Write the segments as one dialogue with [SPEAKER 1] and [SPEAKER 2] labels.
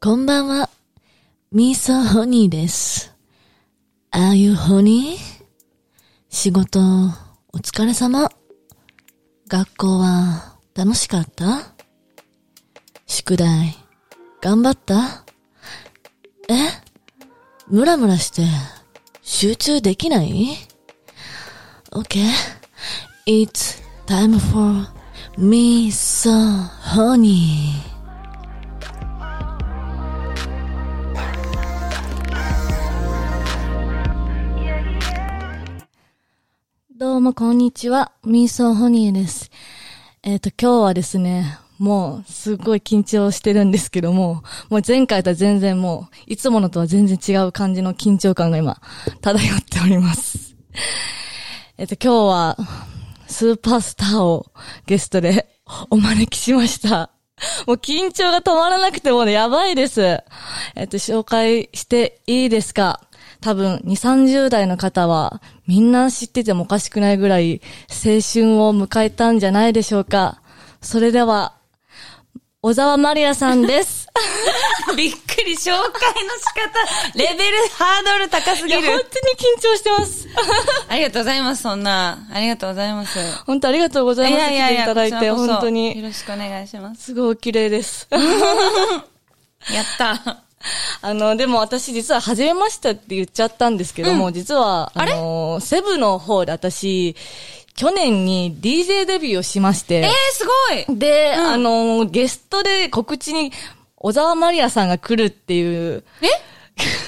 [SPEAKER 1] こんばんは。ミーソーホニーです。Are you honey? 仕事、お疲れ様。学校は楽しかった宿題、頑張ったえムラムラして集中できない ?Okay. It's time for me so honey.
[SPEAKER 2] どうも、こんにちは。ミーソーホニーです。えっ、と、今日はですね、もう、すっごい緊張してるんですけども、もう前回とは全然もう、いつものとは全然違う感じの緊張感が今、漂っております。えっ、と、今日は、スーパースターをゲストでお招きしました。もう緊張が止まらなくてもうね、やばいです。えっと、紹介していいですか多分、2、30代の方は、みんな知っててもおかしくないぐらい、青春を迎えたんじゃないでしょうか。それでは、小沢まりやさんです。
[SPEAKER 3] びっくり、紹介の仕方。レベル、ハードル高
[SPEAKER 2] い
[SPEAKER 3] すぎ
[SPEAKER 2] や、 本当に
[SPEAKER 3] る。
[SPEAKER 2] 緊張してます。
[SPEAKER 3] ありがとうございます、そんな。ありがとうございます。い
[SPEAKER 2] 本当ありがとうございます。来ていただい
[SPEAKER 3] こち
[SPEAKER 2] て、
[SPEAKER 3] らこそ
[SPEAKER 2] 本当
[SPEAKER 3] よ
[SPEAKER 2] に。
[SPEAKER 3] ろしくお願いします。
[SPEAKER 2] すごいお綺麗です。
[SPEAKER 3] やった。
[SPEAKER 2] あの、でも私実は初めましてって言っちゃったんですけども、実は、あの、セブの方で私、去年に DJ デビューをしまして
[SPEAKER 3] えー、、すごい
[SPEAKER 2] で、あの、ゲストで告知に、小沢まりやさんが来るっていう。
[SPEAKER 3] え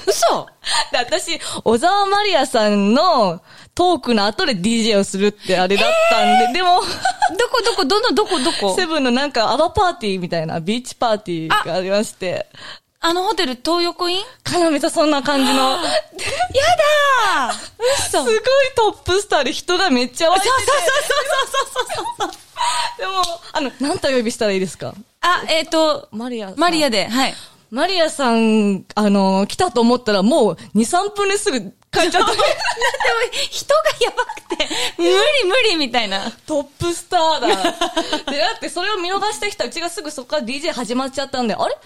[SPEAKER 3] 嘘
[SPEAKER 2] で、私、小沢まりやさんのトークの後で DJ をするってあれだったんで、でも、
[SPEAKER 3] どこどこどのどこどこ
[SPEAKER 2] セブンのなんかアワパーティーみたいな、ビーチパーティーがありまして、
[SPEAKER 3] あのホテル、東横インや
[SPEAKER 2] かなめたそんな感じの、
[SPEAKER 3] だー
[SPEAKER 2] す
[SPEAKER 3] 嘘
[SPEAKER 2] ごいトップスターで人がめっちゃ湧いてて。でも、あの、何とお呼びしたらいいですか
[SPEAKER 3] あ、えっ、と、
[SPEAKER 2] マリアさん。
[SPEAKER 3] マリアで、はい。
[SPEAKER 2] マリアさん、あの来たと思ったらもう2、3分ですぐ帰っちゃって。
[SPEAKER 3] でも、人がやばくて、無理無理み たいな。
[SPEAKER 2] トップスターだ。で、だってそれを見逃してきたうちがすぐそこから DJ 始まっちゃったんで、あれ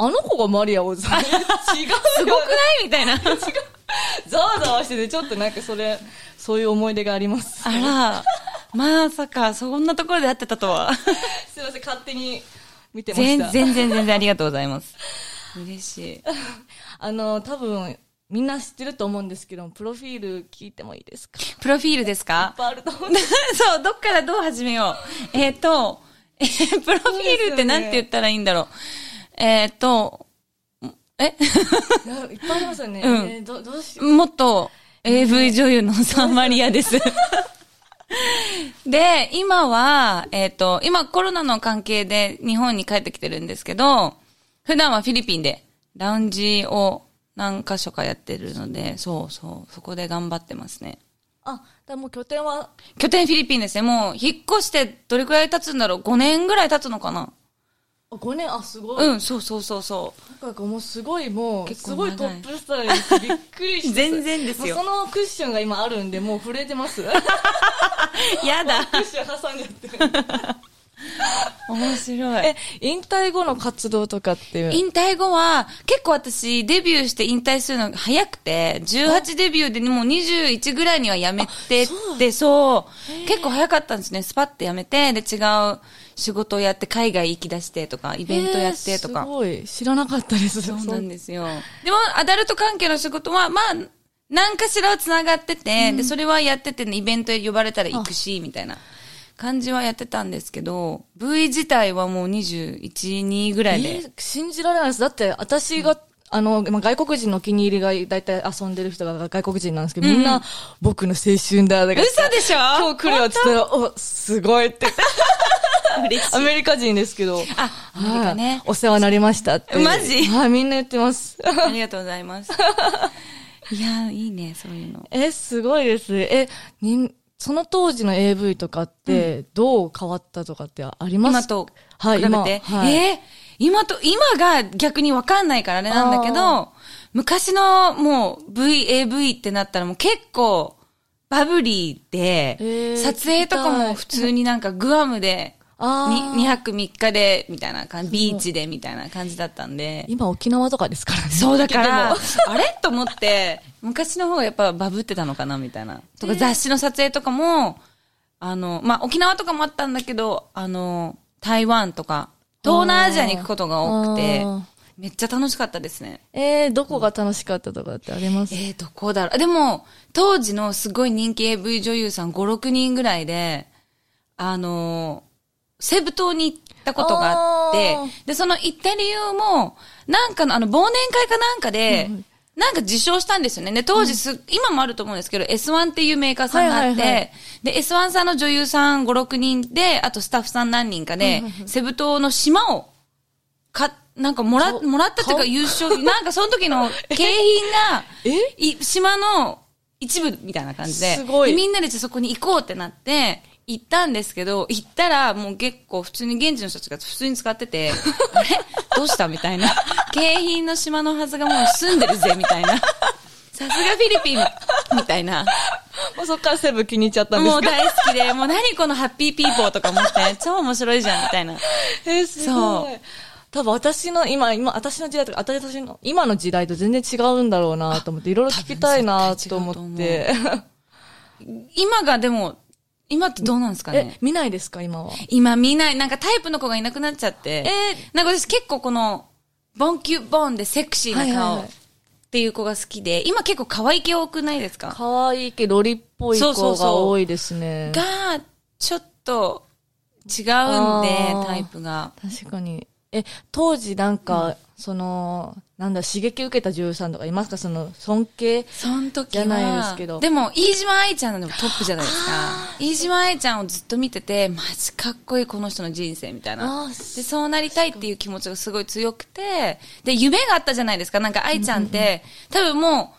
[SPEAKER 2] あの子がマリアをざ 違う
[SPEAKER 3] す
[SPEAKER 2] す
[SPEAKER 3] ごくないみたいな。
[SPEAKER 2] ざわざわしてて、ちょっとなんかそれ、そういう思い出があります。
[SPEAKER 3] あら、まさか、そんなところで会ってたとは。
[SPEAKER 2] すいません、勝手に見てまし
[SPEAKER 3] 全
[SPEAKER 2] た。
[SPEAKER 3] 然、全然、全然ありがとうございます。 嬉しい。
[SPEAKER 2] あの、多分、みんな知ってると思うんですけど、プロフィール聞いてもいいですかいっ
[SPEAKER 3] プロフィールですか
[SPEAKER 2] ぱいあると思うんで。
[SPEAKER 3] そう、どっからどう始めよう。えっ、と、えープロフィールってなんて言ったらいいんだろう。えっ、と、え
[SPEAKER 2] い やいっぱいありますよね。
[SPEAKER 3] うん
[SPEAKER 2] えーどどうしよう。
[SPEAKER 3] 元 AV 女優のサンマリア です。で、今は、えっ、と、今コロナの関係で日本に帰ってきてるんですけど、普段はフィリピンでラウンジを何箇所かやってるので、そうそう、そこで頑張ってますね。
[SPEAKER 2] あ、だからもう拠点は、
[SPEAKER 3] 拠点フィリピンですね。もう、引っ越してどれくらい経つんだろう ?5 年ぐらい経つのかな
[SPEAKER 2] あ5年、あ、すごい。
[SPEAKER 3] うん、そうそうそうそう。
[SPEAKER 2] なんかもうすごいもう、
[SPEAKER 3] 結
[SPEAKER 2] す
[SPEAKER 3] 構
[SPEAKER 2] ご
[SPEAKER 3] 長い
[SPEAKER 2] いトップスターです。びっくり して。
[SPEAKER 3] 全然ですよ
[SPEAKER 2] もうそのクッションが今あるんで、もう震えて ます。クッ
[SPEAKER 3] やだ。
[SPEAKER 2] ション挟んじゃって。
[SPEAKER 3] 面白
[SPEAKER 2] え。、引退後の活動とかっていう。
[SPEAKER 3] 引退後は、結構私、デビューして引退するのが早くて、18デビューでもう21ぐらいには辞めてって、そう。結構早かったんですね。スパッて辞めて、で、違う仕事をやって、海外行き出してとか、イベントやってと
[SPEAKER 2] えー
[SPEAKER 3] か
[SPEAKER 2] す。ごい。知らなかったです。
[SPEAKER 3] そうなん
[SPEAKER 2] す。
[SPEAKER 3] ですよ。でも、アダルト関係の仕事は、まあ、何かしらは繋がってて、で、それはやってて、ね、イベント呼ばれたら行くし、みたいな感じはやってたんですけど、V 自体はもう21、2ぐら
[SPEAKER 2] え
[SPEAKER 3] いで。
[SPEAKER 2] ー信じられないです。だって、私が、あの、まあ、外国人のお気に入りが、だいたい遊んでる人が外国人なんですけど、みんな、僕の青春だ、だから
[SPEAKER 3] 嘘でしょ
[SPEAKER 2] 今日来るよって言ったら、お、すごいって言って。
[SPEAKER 3] 嬉しい
[SPEAKER 2] アメリカ人ですけど。
[SPEAKER 3] あ、アメリカ
[SPEAKER 2] はい
[SPEAKER 3] ね。
[SPEAKER 2] お世話になりましたって。
[SPEAKER 3] マジ
[SPEAKER 2] はい、みんな言ってます。
[SPEAKER 3] ありがとうござい ます。いや、いいね、そういうの。
[SPEAKER 2] え、すごいです。え、に、その当時の AV とかって、どう変わったとかってあります
[SPEAKER 3] 今と比
[SPEAKER 2] はい
[SPEAKER 3] べて。
[SPEAKER 2] 今はい
[SPEAKER 3] えー今と、今が逆にわかんないからあれなんだけど、昔のもう VAV ってなったらもう結構バブリーで、
[SPEAKER 2] えー
[SPEAKER 3] 撮影とかも普通になんかグアムで、
[SPEAKER 2] あー
[SPEAKER 3] 2泊3日で、みたいな感じ、ビーチでみたいな感じだったんで。
[SPEAKER 2] 今沖縄とかですからね。
[SPEAKER 3] そうだから、
[SPEAKER 2] で
[SPEAKER 3] あ
[SPEAKER 2] も
[SPEAKER 3] れ と思って、昔の方がやっぱバブってたのかなみたいな。とか雑誌の撮影とかも、あの、まあ、沖縄とかもあったんだけど、あの、台湾とか、東南アジアに行くことが多くて
[SPEAKER 2] あー、
[SPEAKER 3] めっちゃ楽しかったですね。
[SPEAKER 2] えー、どこが楽しかったとかってあります
[SPEAKER 3] えー、どこだろう。でも、当時のすごい人気 AV 女優さん5、6人ぐらいで、あのーセブ島に行ったことがあって
[SPEAKER 2] あー、
[SPEAKER 3] で、その行った理由も、なんかの、あの、忘年会かなんかで、なんか受賞したんですよね。で、当時す、今もあると思うんですけど、S1 っていうメーカーさんがあって、
[SPEAKER 2] はいはいはい
[SPEAKER 3] で、S1 さんの女優さん5、6人で、あとスタッフさん何人かで、セブ島の島を、か、なんかもら、
[SPEAKER 2] 顔
[SPEAKER 3] もらったっていうか
[SPEAKER 2] 顔
[SPEAKER 3] 優勝、なんかその時 の景品が、
[SPEAKER 2] え
[SPEAKER 3] い島の一部みたいな感じで。
[SPEAKER 2] すごい
[SPEAKER 3] でみんなでじゃあそこに行こうってなって、行ったんですけど、行ったらもう結構普通に現地の人たちが普通に使って て、あれどうしたみたいな。景品の島のはずがもう住んでるぜ、みたいな。さすがフィリピン、みたいな。
[SPEAKER 2] もうそっからセブ気に入っちゃったんです
[SPEAKER 3] もう
[SPEAKER 2] けど。
[SPEAKER 3] 大好きで、もう何このハッピーピーポーとか思って、超面白いじゃん、みたいな。
[SPEAKER 2] えー、すご
[SPEAKER 3] そ
[SPEAKER 2] い。多分私の今、今、私の時代とか、私の今の時代と全然違うんだろうなと思って、いろいろ聞きたいなと思
[SPEAKER 3] 多
[SPEAKER 2] っ
[SPEAKER 3] 分絶
[SPEAKER 2] て。
[SPEAKER 3] 今がでも、今ってどうなんですかね
[SPEAKER 2] え、見ないですか今は。
[SPEAKER 3] 今見ない、なんかタイプの子がいなくなっちゃって。
[SPEAKER 2] え
[SPEAKER 3] なんか私結構この、ボンキュボンでセクシーな
[SPEAKER 2] はいはい
[SPEAKER 3] 顔
[SPEAKER 2] はい
[SPEAKER 3] っていう子が好きで、今結構可愛い系多くないですか
[SPEAKER 2] 可愛いけど、ロリっぽい
[SPEAKER 3] そうそ
[SPEAKER 2] 子
[SPEAKER 3] うそう
[SPEAKER 2] が多いですね。
[SPEAKER 3] が、ちょっと違うんで
[SPEAKER 2] あー、
[SPEAKER 3] タイプが。
[SPEAKER 2] 確かに。え、当時なんか、その、なんだ、刺激受けた女優さんとかいますかその、尊敬。
[SPEAKER 3] その時
[SPEAKER 2] じゃ
[SPEAKER 3] は。
[SPEAKER 2] ないですけど
[SPEAKER 3] でも、飯島愛ちゃんのトップじゃないですか。飯島愛ちゃんをずっと見てて、マジかっこいいこの人の人生みたいな。
[SPEAKER 2] あ
[SPEAKER 3] で、そうなりたいっていう気持ちがすごい強くて、で、夢があったじゃないですか。なんか愛ちゃんって、多分もう、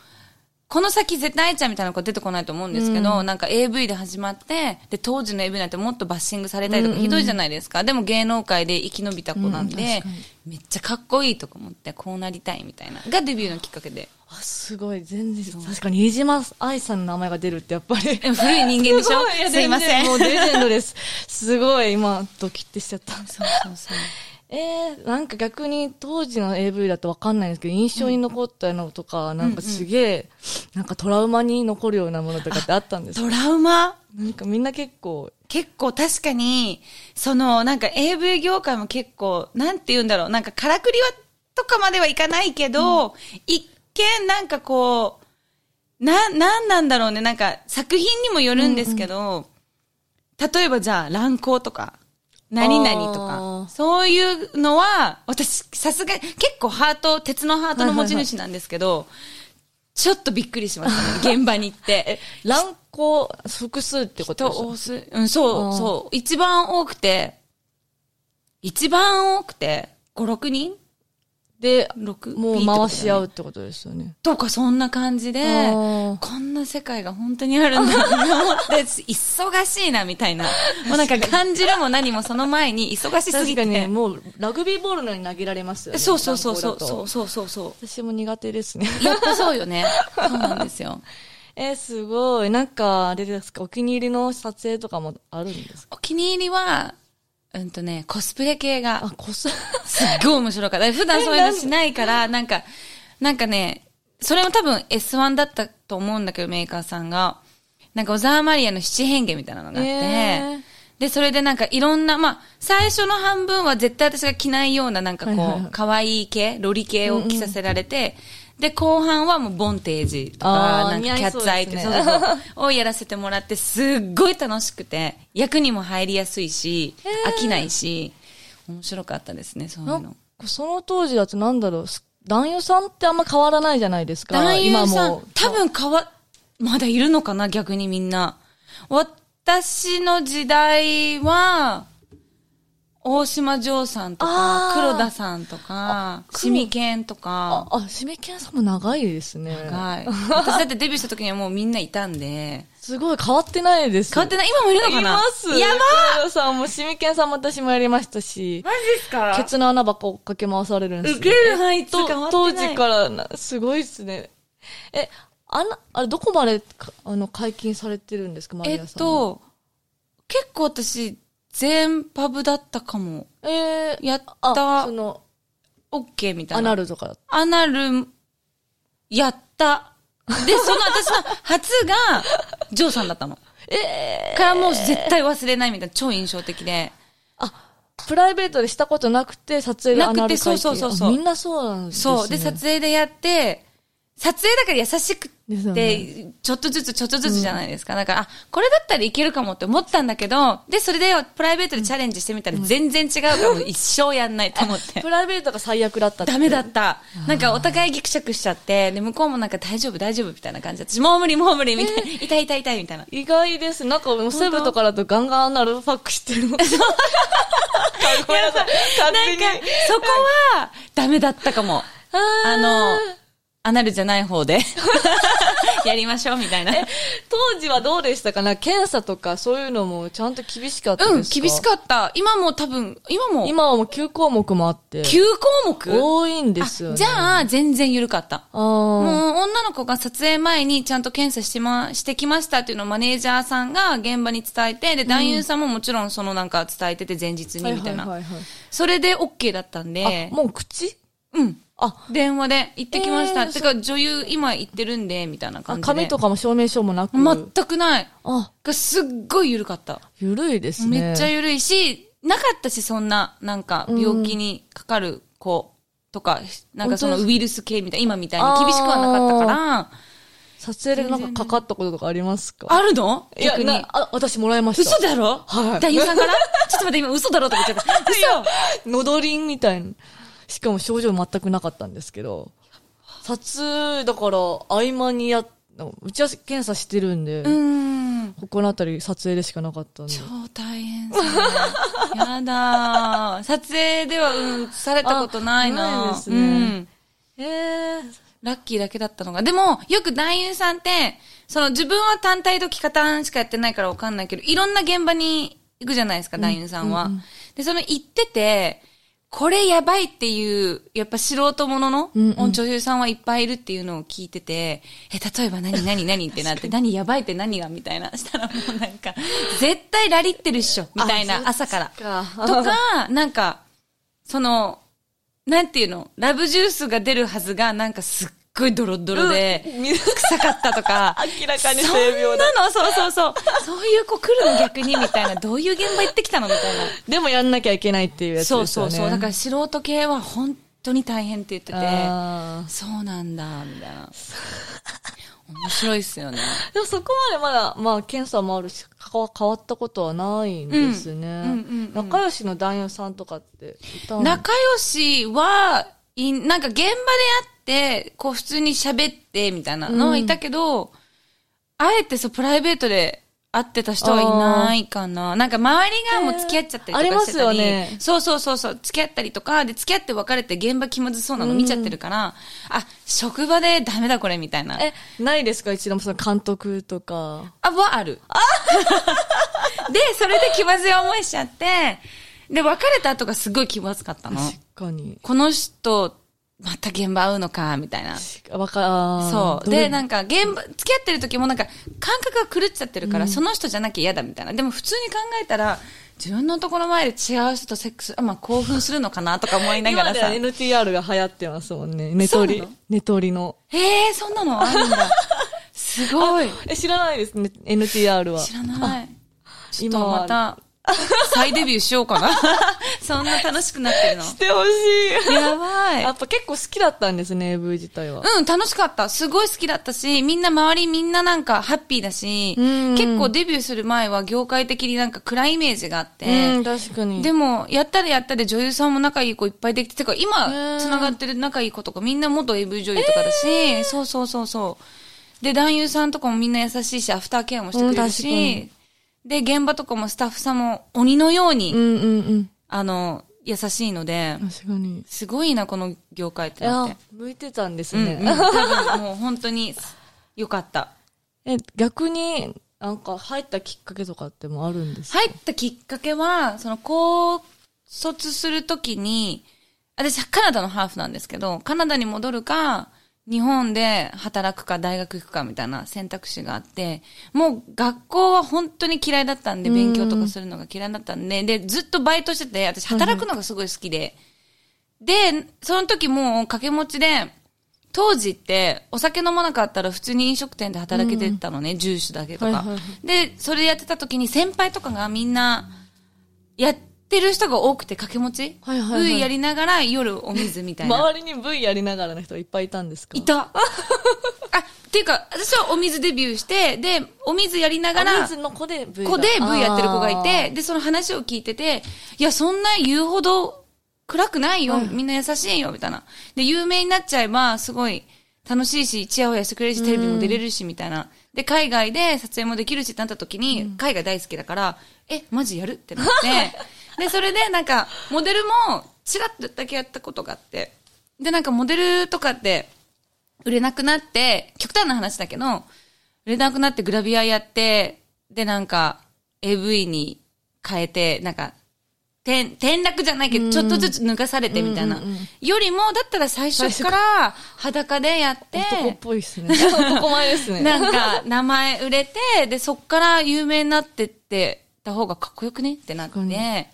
[SPEAKER 3] この先絶対愛ちゃんみたいな子出てこないと思うんですけど、なんか AV で始まって、で、当時の AV なんてもっとバッシングされたりとかひどいじゃないですか。でも芸能界で生き延びた子
[SPEAKER 2] う
[SPEAKER 3] なん
[SPEAKER 2] ん確
[SPEAKER 3] で
[SPEAKER 2] か、
[SPEAKER 3] めっちゃかっこいいとか思って、こうなりたいみたいな。がデビューのきっかけで。
[SPEAKER 2] あ、すごい、全然、確かに、飯島愛さんの名前が出るってやっぱり。
[SPEAKER 3] でも古い人間でし
[SPEAKER 2] す
[SPEAKER 3] ょ
[SPEAKER 2] ごいや
[SPEAKER 3] すいま
[SPEAKER 2] 全
[SPEAKER 3] せ
[SPEAKER 2] 然
[SPEAKER 3] ん。
[SPEAKER 2] もうレジェンドです。 すごい、今、ドキッてしちゃった。
[SPEAKER 3] そうそうそう。
[SPEAKER 2] えー、なんか逆に当時の AV だとわかんないんですけど、印象に残ったのとか、なんかすげえ、なんかトラウマに残るようなものとかってあったんですか
[SPEAKER 3] トラウマ
[SPEAKER 2] なんかみんな結構、
[SPEAKER 3] 結構確かに、そのなんか AV 業界も結構、なんて言うんだろう、なんかからくりは、とかまではいかないけど、一見なんかこう、な、なんなんだろうね、なんか作品にもよるんですけど、例えばじゃあ乱行とか、何々と
[SPEAKER 2] あー
[SPEAKER 3] か、そういうのは、私、さすが、結構ハート、鉄のハートの持ち主なんですけど、ちょっとびっくりしましたね、現場に行 って。
[SPEAKER 2] 乱行、複数ってこと
[SPEAKER 3] と
[SPEAKER 2] ですか
[SPEAKER 3] 多す、うん、そ
[SPEAKER 2] あー
[SPEAKER 3] う、そう。一番多くて、一番多くて、5、6人
[SPEAKER 2] で、
[SPEAKER 3] ?6?
[SPEAKER 2] もう回し合
[SPEAKER 3] う。
[SPEAKER 2] うってことですよね。
[SPEAKER 3] とか、そんな感じ
[SPEAKER 2] あ
[SPEAKER 3] で、
[SPEAKER 2] ー
[SPEAKER 3] こんな世界が本当にあるんだって 思って、忙しいな、みたいな。もうなんか感じるも何もその前に忙しす
[SPEAKER 2] 確
[SPEAKER 3] ぎ
[SPEAKER 2] かに、
[SPEAKER 3] て。
[SPEAKER 2] もうラグビーボールのように投げられますよね。
[SPEAKER 3] そうそうそ
[SPEAKER 2] 乱
[SPEAKER 3] うそ
[SPEAKER 2] 行
[SPEAKER 3] う
[SPEAKER 2] だと
[SPEAKER 3] そうそうそうそ
[SPEAKER 2] 私も苦手ですね。
[SPEAKER 3] う。やっぱそうよね。そうなんですよ。
[SPEAKER 2] えー、すごい。なんか、あれですか、お気に入りの撮影とかもあるんですか
[SPEAKER 3] お気に入りは、うんとね、コスプレ系が
[SPEAKER 2] あ、こ そ、
[SPEAKER 3] すっごい面白かった。普段そういうのしないから、なんか、なんかね、それも多分 S1 だったと思うんだけど、メーカーさんが。なんか、小沢マリアの七変化みたいなのがあって、
[SPEAKER 2] えー
[SPEAKER 3] で、それでなんかいろんな、まあ、最初の半分は絶対私が着ないような、なんかこう、
[SPEAKER 2] はいはいはい
[SPEAKER 3] 可愛い系、ロリ系を着させられて、で、後半はもうボンテージとか、
[SPEAKER 2] あー
[SPEAKER 3] なん
[SPEAKER 2] 似
[SPEAKER 3] か
[SPEAKER 2] 合
[SPEAKER 3] キ
[SPEAKER 2] い
[SPEAKER 3] ャ
[SPEAKER 2] そ
[SPEAKER 3] ッ
[SPEAKER 2] う
[SPEAKER 3] ツアイっ
[SPEAKER 2] で
[SPEAKER 3] て、
[SPEAKER 2] す
[SPEAKER 3] そ
[SPEAKER 2] ね
[SPEAKER 3] うそうそう、 をやらせてもらって、すっごい楽しくて、役にも入りやすいし、飽きないし、面白かったですね、そういう
[SPEAKER 2] な
[SPEAKER 3] の
[SPEAKER 2] ん。かその当時だとなんだろう、す男優さんってあんま変わらないじゃないですか。
[SPEAKER 3] 男優
[SPEAKER 2] 今
[SPEAKER 3] さん
[SPEAKER 2] も、。
[SPEAKER 3] 多分変わ、まだいるのかな逆にみんな。私の時代は、大島城さんと
[SPEAKER 2] あ
[SPEAKER 3] か、
[SPEAKER 2] ー
[SPEAKER 3] 黒田さんとか、
[SPEAKER 2] 黒
[SPEAKER 3] シミケン
[SPEAKER 2] あ
[SPEAKER 3] とか、、
[SPEAKER 2] あ、締め切りさんも長いですね。
[SPEAKER 3] はい。私だってデビューした時にはもうみんないたんで、
[SPEAKER 2] すごい変わってないです。
[SPEAKER 3] 変わってない今もいるのかない
[SPEAKER 2] ます
[SPEAKER 3] やばい
[SPEAKER 2] 黒田さんも、しみけんさんも私もやりましたし、
[SPEAKER 3] マジですか
[SPEAKER 2] ケツの穴ばっか追っかけ回されるんです
[SPEAKER 3] 受ける範囲と
[SPEAKER 2] と
[SPEAKER 3] 変わって
[SPEAKER 2] 当
[SPEAKER 3] ない
[SPEAKER 2] 時からな、すごいですね。え、あな、あれどこまでか、あの、解禁されてるんですか、マリ
[SPEAKER 3] え
[SPEAKER 2] アさん。
[SPEAKER 3] っ、と、結構私、全パブだったかも。
[SPEAKER 2] えー、
[SPEAKER 3] やった
[SPEAKER 2] あその、
[SPEAKER 3] オッケーみたいな。
[SPEAKER 2] アナルとかだった。
[SPEAKER 3] アナル、やった。で、その私の初が、ジョーさんだっ たの。ええからもう絶対忘れないみたいな、超印象的で。
[SPEAKER 2] プライベートでしたことなくて、撮影でアナ
[SPEAKER 3] なく
[SPEAKER 2] ル
[SPEAKER 3] て
[SPEAKER 2] 解禁
[SPEAKER 3] そうそうそうそう
[SPEAKER 2] あみんなそうなんですね。
[SPEAKER 3] そう。で、撮影でやって、撮影だから優しく
[SPEAKER 2] ですよ
[SPEAKER 3] て、ちょっとずつちょっとずつじゃないですか。だから、あ、これだったらいけるかもって思ったんだけど、で、それでプライベートでチャレンジしてみたら全然違うから、もう一生やんないと 思って。
[SPEAKER 2] プライベートが最悪だったって
[SPEAKER 3] ダメだった。なんかお互いギクシャクしちゃって、で、向こうもなんか大丈夫大丈夫みたいな感じだったし、もう無理もう無理みたいな、痛い痛い痛いみたいな。
[SPEAKER 2] 意外です。なんか、セブとかだとガンガンアナルファックしてるの。 かごめんなさい。勝
[SPEAKER 3] な
[SPEAKER 2] 手
[SPEAKER 3] ん
[SPEAKER 2] に
[SPEAKER 3] か。、そこは、ダメだったかも。あの、アナルじゃない方 で、やりましょうみたいな。
[SPEAKER 2] 当時はどうでしたかな検査とかそういうのもちゃんと厳しかったですか
[SPEAKER 3] うん、厳し
[SPEAKER 2] っ
[SPEAKER 3] かった。今も多分、今も、
[SPEAKER 2] 今はもう9項目もあって。
[SPEAKER 3] 9項目
[SPEAKER 2] 多いんですよね。
[SPEAKER 3] じゃあ、全然緩かった。
[SPEAKER 2] あ
[SPEAKER 3] もう
[SPEAKER 2] ー。
[SPEAKER 3] 女の子が撮影前にちゃんと検査してま、してきましたっていうのをマネージャーさんが現場に伝えて、で、男優さんももちろんそのなんか伝えてて前日にみたいな。
[SPEAKER 2] はいはいはい
[SPEAKER 3] それで OK だったん
[SPEAKER 2] はい
[SPEAKER 3] で
[SPEAKER 2] あ、、もう口
[SPEAKER 3] うん。
[SPEAKER 2] あ、
[SPEAKER 3] 電話で行ってきました。
[SPEAKER 2] えー
[SPEAKER 3] てか女優今行ってるんで、みたいな感
[SPEAKER 2] あ
[SPEAKER 3] じで。
[SPEAKER 2] 紙とかも証明書もなく。
[SPEAKER 3] 全くない。
[SPEAKER 2] あ、
[SPEAKER 3] がすっごい緩かった。
[SPEAKER 2] ゆるいですね。
[SPEAKER 3] めっちゃ緩いし、なかったし、そんな、なんか、病気にかかる子とか、なんかそ
[SPEAKER 2] 本
[SPEAKER 3] の
[SPEAKER 2] 当です
[SPEAKER 3] ウイルス系みたいな、今みたいに厳しくはなかったから、
[SPEAKER 2] 撮影でなんかかかったこととかありますか
[SPEAKER 3] あるの
[SPEAKER 2] いや
[SPEAKER 3] 逆に
[SPEAKER 2] な。あ、私もらいました。
[SPEAKER 3] 嘘だろ
[SPEAKER 2] はい
[SPEAKER 3] 男優さんから ちょっと待って、今嘘だろとか言っちゃった。嘘
[SPEAKER 2] のどりんみたいな。しかも症状全くなかったんですけど。撮影、だから合間にやっ、うちは検査してるんで、
[SPEAKER 3] うーん。
[SPEAKER 2] ここのあたり撮影でしかなかったんで。
[SPEAKER 3] 超大変そう。やだー撮影では、うん、されたことないな
[SPEAKER 2] あないですね
[SPEAKER 3] うん。
[SPEAKER 2] ええー、
[SPEAKER 3] ラッキーだけだったのが。でも、よく男優さんって、その自分は単体と企画単しかやってないからわかんないけど、いろんな現場に行くじゃないですか、男優さんは。で、その行ってて、これやばいっていう、やっぱ素人ものの、
[SPEAKER 2] うんうん
[SPEAKER 3] 女優さんはいっぱいいるっていうのを聞いてて、え、例えば何何何ってなって、何やばいって何がみたいな。したらもうなんか、絶対ラリってるっしょ、みたいな、
[SPEAKER 2] あ
[SPEAKER 3] 朝から。
[SPEAKER 2] か
[SPEAKER 3] とか、なんか、その、なんていうの、ラブジュースが出るはずが、なんかすっごいドロッドロで、
[SPEAKER 2] うん水、
[SPEAKER 3] 臭かったとか
[SPEAKER 2] 明らかに性病だ。
[SPEAKER 3] そんなの、そうそうそう。そういう子来るの逆にみたいな、どういう現場行ってきたのみたいな。
[SPEAKER 2] でもやんなきゃいけないっていうやつ
[SPEAKER 3] そ
[SPEAKER 2] で
[SPEAKER 3] う
[SPEAKER 2] すよ
[SPEAKER 3] そ
[SPEAKER 2] ね。
[SPEAKER 3] うそう。だから素人系は本当に大変って言ってて、
[SPEAKER 2] あー
[SPEAKER 3] そうなんだ、みたいな。面白いっすよね。
[SPEAKER 2] でもそこまでまだ、まあ検査もあるし、かわ変わったことはないんですね。
[SPEAKER 3] うんうんうんうん
[SPEAKER 2] 仲良しの男優さんとかっていたんですか
[SPEAKER 3] 仲良しは、いなんか現場で会って、こう普通に喋ってみたいなのはいたけど、あえてそうプライベートで会ってた人はいないかな。なんか周りがもう付き合っちゃったりとかして
[SPEAKER 2] えーあ
[SPEAKER 3] た
[SPEAKER 2] ります
[SPEAKER 3] り、
[SPEAKER 2] よね
[SPEAKER 3] そうそうそうそう、付き合ったりとか、で付き合って別れて現場気まずそうなの見ちゃってるから、あ、職場でダメだこれみたいな。
[SPEAKER 2] え、ないですか一度もその監督とか。
[SPEAKER 3] あ、は ある。で、それで気まずい思いしちゃって、で、別れた後がすごい気まずかったの。
[SPEAKER 2] 確かに。
[SPEAKER 3] この人、また現場会うのか、みたいな。
[SPEAKER 2] わか、
[SPEAKER 3] そう。で、なん
[SPEAKER 2] か、
[SPEAKER 3] んか、現場、付き合ってる時もなんか、感覚が狂っちゃってるから、その人じゃなきゃ嫌だ、みたいな。でも、普通に考えたら、自分のところ前で違う人とセックス、あまあ、興奮するのかな、とか思いなが
[SPEAKER 2] 今
[SPEAKER 3] ら
[SPEAKER 2] で
[SPEAKER 3] さ
[SPEAKER 2] は。NTR が流行ってますもんね。寝取
[SPEAKER 3] そう
[SPEAKER 2] り
[SPEAKER 3] なの。
[SPEAKER 2] 寝取りの。
[SPEAKER 3] へえ、そんなのあるんだ。すごい。
[SPEAKER 2] え、知らないですね、NTR は。
[SPEAKER 3] 知らない。ちょっ
[SPEAKER 2] 今
[SPEAKER 3] と
[SPEAKER 2] は
[SPEAKER 3] また、再デビューしよう かな。そんな楽しくなってるの。
[SPEAKER 2] してほし
[SPEAKER 3] やば
[SPEAKER 2] い。
[SPEAKER 3] い
[SPEAKER 2] や。っぱ結構好きだったんですね、AV 自体は。
[SPEAKER 3] うん、楽しかった。すごい好きだったし、みんな周りみんななんかハッピーだし、
[SPEAKER 2] うん
[SPEAKER 3] 結構デビューする前は業界的になんか暗いイメージがあっ
[SPEAKER 2] う
[SPEAKER 3] て
[SPEAKER 2] ん、、確かに。
[SPEAKER 3] で
[SPEAKER 2] も、
[SPEAKER 3] も、やったらやったで女優さんも仲いい子いっぱいできて、てか
[SPEAKER 2] う
[SPEAKER 3] 今、
[SPEAKER 2] ん
[SPEAKER 3] 繋がってる仲いい子とかみんな元 AV 女優とかだし、そうそうそうそう。で、男優さんとかもみんな優しいし、アフターケアもしてく
[SPEAKER 2] うん
[SPEAKER 3] れる
[SPEAKER 2] 確か
[SPEAKER 3] し、で、現場とかもスタッフさんも鬼のように、
[SPEAKER 2] うんうんうん。
[SPEAKER 3] あの、優しいので、
[SPEAKER 2] 確かに。
[SPEAKER 3] すごいな、この業界っ
[SPEAKER 2] い
[SPEAKER 3] てなって
[SPEAKER 2] や。、向いてたんです
[SPEAKER 3] うん、
[SPEAKER 2] ね。
[SPEAKER 3] うん、多分もう本当に良かった。
[SPEAKER 2] え、逆に、なんか入ったきっかけとかってもあるんですか
[SPEAKER 3] 入ったきっかけは、その、高卒するときに、私、カナダのハーフなんですけど、カナダに戻るか、日本で働くか、大学行くかみたいな選択肢があって、もう学校は本当に嫌いだったんで、勉強とかするのが嫌いだったんで、で、ずっとバイトしてて、私働くのがすごい好きで、で、その時もう掛け持ちで、当時ってお酒飲まなかったら普通に飲食店で働けてたのね、ジュースだけとか、
[SPEAKER 2] はいはいは
[SPEAKER 3] で、それやってた時に先輩とかがみんな、やってる人が多くて掛け持ち、
[SPEAKER 2] はいはいはい
[SPEAKER 3] うんやりながら夜お水みたいな。
[SPEAKER 2] 周りに V やりながらの人がいっぱいいたんですか
[SPEAKER 3] いた。あ、っていうか、私はお水デビューして、で、お水やりなが
[SPEAKER 2] あ
[SPEAKER 3] ら、
[SPEAKER 2] 水の子で V が
[SPEAKER 3] 子で V やってる子がい。
[SPEAKER 2] あー
[SPEAKER 3] て、で、その話を聞いてて、いや、そんな言うほど暗くないよ、みんな優しいよ、みたいな。で、有名になっちゃえば、すごい楽しいし、チヤホヤしてくれるし、テレビも出れるし、みたいな。で、海外で撮影もできるしってなった時に、海外大好きだから、え、マジやるってな って、で、それでなんか、モデルも、ちらっとだけやったことがあって、で、なんかモデルとかって、売れなくなって、極端な話だけど、売れなくなってグラビアやって、で、なんか、AV に変えて、なんか、転、転落じゃないけど、ちょっとずつ脱がされてみたいな。よりも、だったら最初から裸でやって、
[SPEAKER 2] 男っぽいっすね。男前ですね。
[SPEAKER 3] なんか、名前売れて、で、そっから有名になってってた方がかっこよくねってなっ
[SPEAKER 2] 確かに
[SPEAKER 3] て、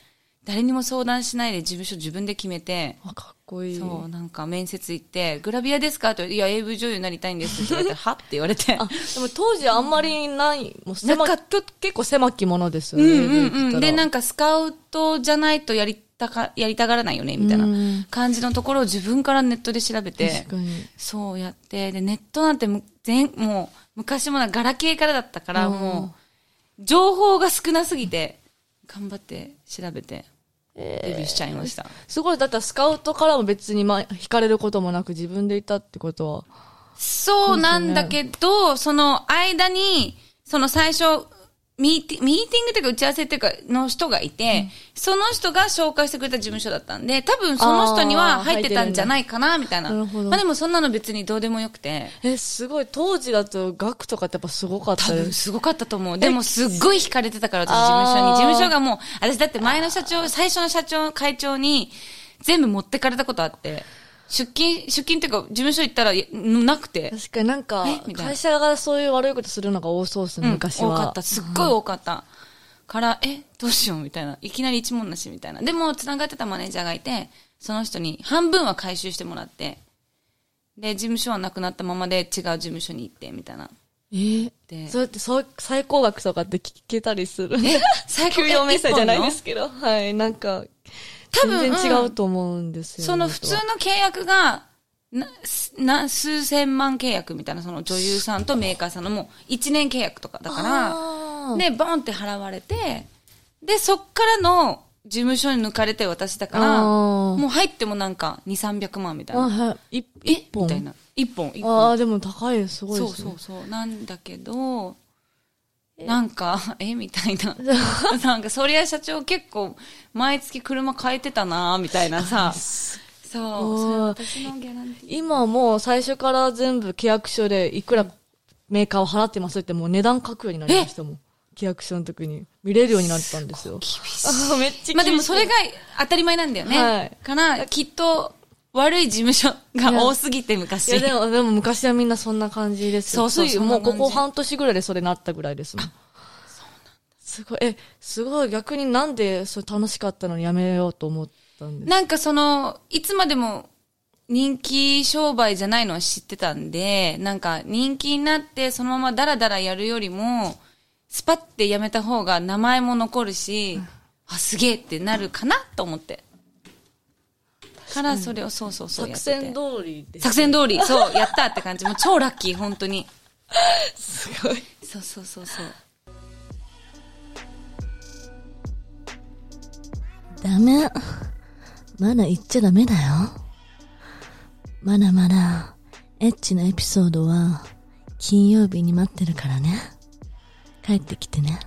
[SPEAKER 3] 誰にも相談しないで事務所自分で決めて、
[SPEAKER 2] あかっこいい。
[SPEAKER 3] そう、なんか面接行って、グラビアですかって言われて、いや、AV 女優になりたいんですって言わ れて、はって言われて。
[SPEAKER 2] あ、でも当時あんまりない、もう狭
[SPEAKER 3] なか
[SPEAKER 2] きょ結構狭きものですよ
[SPEAKER 3] う
[SPEAKER 2] ね。
[SPEAKER 3] んうんうん。で、なん
[SPEAKER 2] か、
[SPEAKER 3] かスカウトじゃないとやりたか、やりたがらないよね、みたいな
[SPEAKER 2] うん
[SPEAKER 3] 感じのところを自分からネットで調べて
[SPEAKER 2] 確、かに。
[SPEAKER 3] そうやって、で、ネットなんてむ全、もう、昔もな、ガラケーからだったから、
[SPEAKER 2] うん
[SPEAKER 3] もう、情報が少なすぎて、頑張って調べて、デビューしちゃいました。
[SPEAKER 2] すごい、だったらスカウトからも別に、まあ、惹かれることもなく自分でいたってことは。
[SPEAKER 3] そうなんだけど、その間に、その最初、ミーティミーティングというか打ち合わせというかの人がいて、その人が紹介してくれた事務所だったんで、多分その人に
[SPEAKER 2] あー
[SPEAKER 3] は入ってたんじゃないかな、みたいな。
[SPEAKER 2] なるほど
[SPEAKER 3] まあでもそんなの別にどうでもよくて。
[SPEAKER 2] え、すごい、当時だと額とかってやっぱすごかった
[SPEAKER 3] 多
[SPEAKER 2] で
[SPEAKER 3] 分
[SPEAKER 2] す。
[SPEAKER 3] すごかったと思う。でもすっごい惹かれてたから、私事務所
[SPEAKER 2] あー
[SPEAKER 3] に。事務所がもう、私だって前の社長、最初の社長、会長に全部持ってかれたことあって、出勤、出勤っていうか事務所行ったらいなくて。
[SPEAKER 2] 確かになんか
[SPEAKER 3] え、みたいな
[SPEAKER 2] 会社がそういう悪いことするのが多そうですね、
[SPEAKER 3] うん
[SPEAKER 2] 昔は。
[SPEAKER 3] 多かった。すっごい多かった。から、え、どうしようみたいな。いきなり一文なしみたいな。でも、繋がってたマネージャーがいて、その人に半分は回収してもらって、で、事務所はなくなったままで違う事務所に行って、みたいな。
[SPEAKER 2] えー
[SPEAKER 3] で
[SPEAKER 2] そうやってそう最高額とかって聞けたり する。
[SPEAKER 3] 最
[SPEAKER 2] 給与明細じゃないですけど、はい、なんか、
[SPEAKER 3] 多分
[SPEAKER 2] 全然違うと思うんですよ、
[SPEAKER 3] その普通の契約が、な、すな、数千万契約みたいな、その女優さんとメーカーさんのもう1年契約とかだから、
[SPEAKER 2] ら
[SPEAKER 3] で、ボンって払われて、で、そっからの事務所に抜かれて私だから、
[SPEAKER 2] あー
[SPEAKER 3] もう入ってもなんか2、300万みたい
[SPEAKER 2] あ、
[SPEAKER 3] な。
[SPEAKER 2] はい、一
[SPEAKER 3] え
[SPEAKER 2] 一本。
[SPEAKER 3] みたいな。一本、一
[SPEAKER 2] あ
[SPEAKER 3] 本。
[SPEAKER 2] あ、でも高いです、すごい
[SPEAKER 3] そ
[SPEAKER 2] で
[SPEAKER 3] う
[SPEAKER 2] す、
[SPEAKER 3] そ
[SPEAKER 2] ね。
[SPEAKER 3] うそう。なんだけど、なんか、 えみたい な。なんか、そりゃ社長結構、毎月車変えてたなみたいなさ。そう。それ私のギャランティー
[SPEAKER 2] 今もう最初から全部契約書でいくらメーカーを払ってますってもう値段書くようになりましたもん。契約書の時に見れるようになったんですよ。厳しい。めっちゃ厳しい。
[SPEAKER 3] まあでもそれが当たり前なんだよね。
[SPEAKER 2] はい
[SPEAKER 3] から、きっと悪い事務所が多すぎて
[SPEAKER 2] い
[SPEAKER 3] 昔。
[SPEAKER 2] やでも、でも昔はみんなそんな感じですよ。
[SPEAKER 3] そうそう
[SPEAKER 2] つい
[SPEAKER 3] そんな
[SPEAKER 2] もう
[SPEAKER 3] 感じ
[SPEAKER 2] ここ半年ぐらいでそれなったぐらいですもん。すごい、え、すごい、逆になんで、それ楽しかったのにやめようと思ったんです
[SPEAKER 3] なんかその、いつまでも人気商売じゃないのは知ってたんで、なんか人気になってそのままダラダラやるよりも、スパってやめた方が名前も残るし、あ、すげえってなるかなと思って。からそれを、そうそうそうや
[SPEAKER 2] 作
[SPEAKER 3] ってて。
[SPEAKER 2] 戦通りです。
[SPEAKER 3] 作戦通り、そう、やったって感じ。もう超ラッキー、本当に。
[SPEAKER 2] すごい。
[SPEAKER 3] そうそうそうそう。
[SPEAKER 1] ダメ。まだ言っちゃダメだよ。まだまだ、エッチなエピソードは、金曜日に待ってるからね。帰ってきてね。